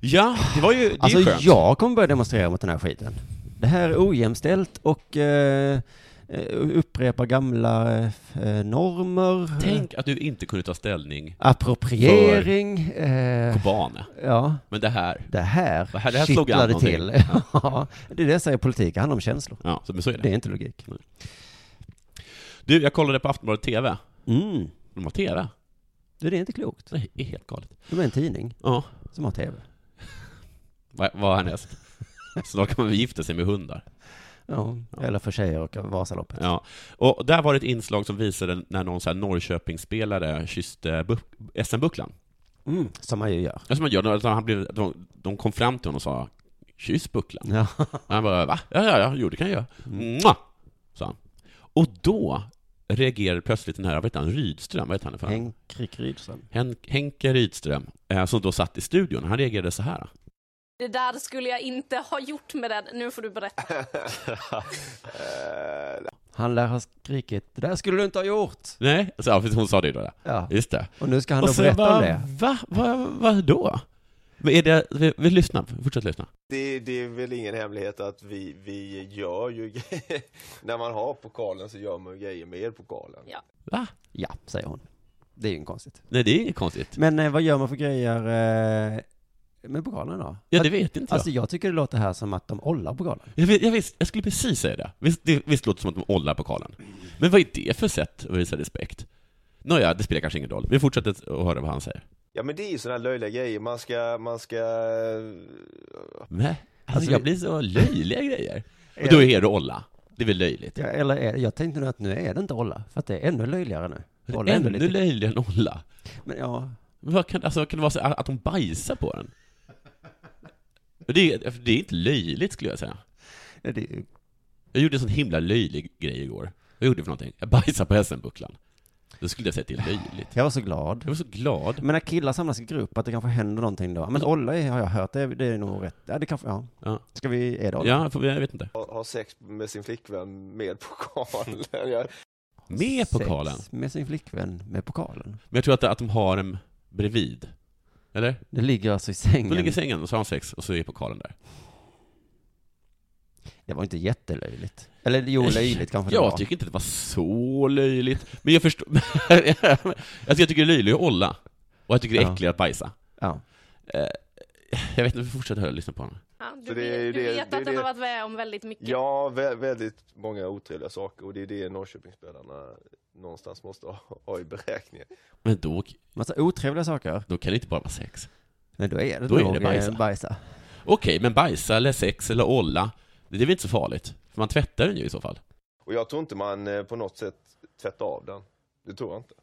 Speaker 4: Ja, det var ju, det är
Speaker 3: Alltså
Speaker 4: ju skönt.
Speaker 3: jag kommer börja demonstrera mot den här skiten. Det här är ojämställt och eh, eh, upprepar gamla eh, normer.
Speaker 4: Tänk att du inte kunde ta ställning
Speaker 3: Appropriering. Eh,
Speaker 4: kobane.
Speaker 3: ja,
Speaker 4: Men det här,
Speaker 3: det här,
Speaker 4: Det här- det här slog an
Speaker 3: kittlade
Speaker 4: någonting.
Speaker 3: till. *laughs* Ja, det är det jag säger politik, det handlar om känslor.
Speaker 4: ja, så, men så är
Speaker 3: Det
Speaker 4: det.
Speaker 3: är inte logik.
Speaker 4: Du, jag kollade på Aftonbladet TV.
Speaker 3: Mm.
Speaker 4: De har TV.
Speaker 3: Du, det är inte klokt.
Speaker 4: Det är helt galet.
Speaker 3: De är en tidning
Speaker 4: Ja,
Speaker 3: som har tv.
Speaker 4: vad vad härnäst? Snart kommer vi gifta sig med hundar.
Speaker 3: Ja, eller för tjejer och Vasaloppet.
Speaker 4: Ja, och där var det ett inslag som visade när någon så här Norrköpingsspelare kysste bu- SM-bucklan.
Speaker 3: Mm, som man ju gör.
Speaker 4: Ja, som man gör, de, han blev, de, de kom fram till honom och sa ”kyss bucklan”.
Speaker 3: Ja.
Speaker 4: Och han bara ”va? Ja, ja, ja, jo det kan jag göra”.
Speaker 3: Mm.
Speaker 4: Mua! sa han. Och då reagerade plötsligt den här, vad heter han, Rydström, vad heter han för?
Speaker 3: Henrik Rydström.
Speaker 4: Hen- Henke Rydström, eh, som då satt i studion, han reagerade så här.
Speaker 2: Det där skulle jag inte ha gjort med den. Nu får du berätta.
Speaker 5: *laughs* Eh,
Speaker 3: Han lär ha skrikit ”Det där skulle du inte ha gjort!”
Speaker 4: Nej, så, ja, för hon sa det ju då. där.
Speaker 3: Ja.
Speaker 4: Just det.
Speaker 3: Och nu ska han
Speaker 4: Och
Speaker 3: då
Speaker 4: så
Speaker 3: berätta
Speaker 4: bara,
Speaker 3: om det.
Speaker 4: va? Vad va, då? Men är det, vi, vi lyssnar, fortsätt lyssna.
Speaker 5: Det, det är väl ingen hemlighet att vi, vi gör ju grejer. *laughs* När man har pokalen så gör man ju grejer med pokalen.
Speaker 2: Ja.
Speaker 4: Va?
Speaker 3: Ja, säger hon. Det är ju inget konstigt.
Speaker 4: Nej, det är inget konstigt.
Speaker 3: Men eh, vad gör man för grejer eh, med pokalen då?
Speaker 4: Ja, det vet inte
Speaker 3: Alltså jag tycker det låter här som att de ollar pokalen.
Speaker 4: jag. Jag, vet, jag, visst, jag skulle precis säga det. Visst, det. visst låter det som att de ollar pokalen? Men vad är det för sätt att visa respekt? Nåja, det spelar kanske ingen roll. Vi fortsätter att höra vad han säger.
Speaker 5: Ja men det är ju sådana här löjliga grejer. Man ska, man ska... eh,
Speaker 4: Men, alltså,
Speaker 3: Alltså,
Speaker 4: jag
Speaker 3: vi-
Speaker 4: blir så löjliga grejer. Och då är det olla. Det är väl löjligt?
Speaker 3: Ja, eller är, jag tänkte nu att nu är det inte olla, för att det är ännu löjligare nu. Olla är ändå
Speaker 4: Ännu
Speaker 3: lite,
Speaker 4: löjligare än olla.
Speaker 3: men ja,
Speaker 4: Men vad kan, alltså, kan det vara så att de bajsar på den? Det är, det är inte löjligt skulle jag säga.
Speaker 3: det är ju-
Speaker 4: Jag gjorde en sån himla löjlig grej igår. Vad gjorde jag för någonting? Jag bajsade på SM-bucklan. Då skulle jag säga att det är löjligt.
Speaker 3: jag var så glad.
Speaker 4: Jag var så glad.
Speaker 3: Men när killar samlas i grupp, att det kanske händer någonting då. Men olla är, har jag hört, det är, det är nog rätt. Ja, det kanske, ja.
Speaker 4: Ja.
Speaker 3: Ska vi, är det olla?
Speaker 4: Ja, för jag vet inte.
Speaker 5: ha, ha sex med sin flickvän med *laughs* pokalen. Jag,
Speaker 4: Med pokalen.
Speaker 3: Sex med sin flickvän med pokalen.
Speaker 4: Men jag tror att, att de har den bredvid. Eller?
Speaker 3: Det ligger alltså i
Speaker 4: De ligger
Speaker 3: sängen.
Speaker 4: i sängen och så har de sex och så är pokalen där.
Speaker 3: Det var inte jättelöjligt. Eller jo, löjligt kanske det
Speaker 4: Jag
Speaker 3: var.
Speaker 4: tycker inte det var så löjligt. Men jag förstår... *laughs* alltså jag tycker det är löjligt att olla. Och jag tycker det är
Speaker 3: Ja.
Speaker 4: äckligt att bajsa. Eh,
Speaker 3: Ja.
Speaker 4: Jag vet inte, vi fortsätter höra och lyssna på honom.
Speaker 2: Ja, du,
Speaker 5: Så det är ju
Speaker 2: vet, du
Speaker 5: det-
Speaker 2: vet
Speaker 5: det är
Speaker 2: att den
Speaker 5: det-
Speaker 2: har varit med om väldigt mycket.
Speaker 5: ja, vä- väldigt många otrevliga saker och det är det Norrköpingsspelarna någonstans måste ha, ha i beräkningen.
Speaker 4: Men då,
Speaker 3: Massa otrevliga saker.
Speaker 4: då kan det inte bara vara sex.
Speaker 3: Men då är det
Speaker 4: Då är
Speaker 3: nog
Speaker 4: det bajsa.
Speaker 3: eh, bajsa.
Speaker 4: Okej, men bajsa eller sex eller olla, det är väl inte så farligt? För man tvättar den ju i så fall.
Speaker 5: Och jag tror inte man eh, på något sätt tvättar av den. Det tror jag inte.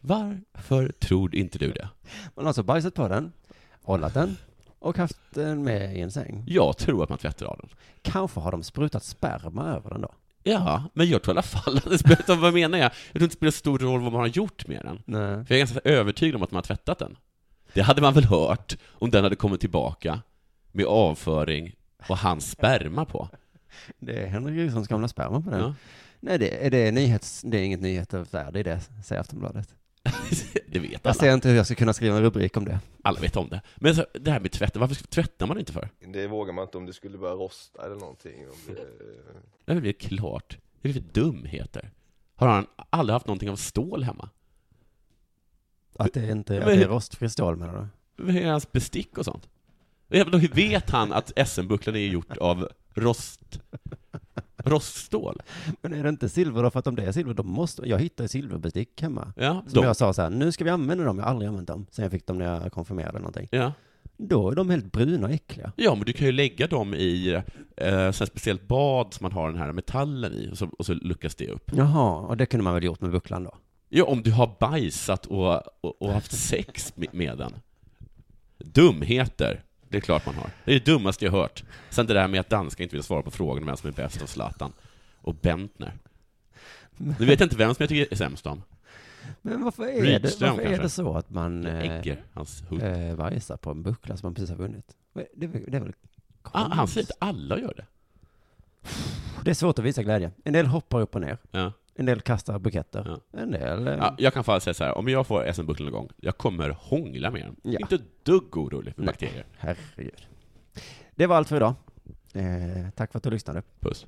Speaker 4: Varför tror inte du det?
Speaker 3: Man har alltså bajsat på den, hållat den och haft den med i en säng.
Speaker 4: Jag tror att man tvättar av den.
Speaker 3: Kanske har de sprutat sperma över den då? Ja.
Speaker 4: Ja, men jag tror i alla fall att det spelar, vad menar jag? Jag tror inte det spelar stor roll vad man har gjort med den.
Speaker 3: Nej.
Speaker 4: För jag är ganska övertygad om att man har tvättat den. Det hade man väl hört om den hade kommit tillbaka med avföring och hans sperma på. *laughs*
Speaker 3: Det är Henrik Rydströms gamla sperma på den.
Speaker 4: Ja.
Speaker 3: Nej, det, är det, är nyhets, det är inget nyhetsvärde i det, säger Aftonbladet.
Speaker 4: det vet
Speaker 3: Jag
Speaker 4: alla.
Speaker 3: ser inte hur jag ska kunna skriva en rubrik om det.
Speaker 4: Alla vet om det. Men så, det här med tvätten, varför tvättar man inte för?
Speaker 5: Det vågar man inte om det skulle börja rosta eller någonting. Om det, eh,
Speaker 4: Det är väl klart. Det är väl dumheter. Har han aldrig haft någonting av stål hemma?
Speaker 3: Att det inte
Speaker 4: Men-
Speaker 3: att det är rostfri stål menar du?
Speaker 4: Vad är hans bestick och sånt? Ja, men Hur vet han att SM-bucklan är gjort av rost... roststål?
Speaker 3: Men är det inte silver då? För att om det är silver, då måste... Jag hittade silverbestick hemma.
Speaker 4: Ja,
Speaker 3: Som
Speaker 4: de,
Speaker 3: jag sa så här, nu ska vi använda dem. Jag har aldrig använt dem sen jag fick dem när jag konfirmerade eller någonting.
Speaker 4: ja.
Speaker 3: Då är de helt bruna och äckliga.
Speaker 4: ja, men du kan ju lägga dem i eh, så här speciellt bad som man har den här metallen i, och så, och så luckas det upp.
Speaker 3: Jaha, och det kunde man väl gjort med bucklan då?
Speaker 4: Ja, om du har bajsat och, och, och haft sex med, med den. Dumheter, det är klart man har. Det är det dummaste jag hört. Sen det där med att danskar inte vill svara på frågan om vem som är bäst av Zlatan och Bentner. Nu vet jag inte vem som jag tycker är sämst om.
Speaker 3: Men varför är,
Speaker 4: Rydström,
Speaker 3: det, varför är
Speaker 4: kanske?
Speaker 3: det så att man eh,
Speaker 4: Egger, hans hund.
Speaker 3: eh, bajsar på en buckla som man precis har vunnit? Det, är väl- det är väl
Speaker 4: Ah, han
Speaker 3: konstigt?
Speaker 4: säger att alla gör det.
Speaker 3: Det är svårt att visa glädje. En del hoppar upp och ner.
Speaker 4: Ja.
Speaker 3: En del kastar buketter. En del... eh,
Speaker 4: Ja, jag kan faktiskt säga så här, om jag får SM-bucklan någon gång, jag kommer hångla med den.
Speaker 3: Ja.
Speaker 4: Inte ett dugg orolig för
Speaker 3: Nej.
Speaker 4: bakterier.
Speaker 3: Herregud. Det var allt för idag. Eh, tack för att du lyssnade.
Speaker 4: Puss.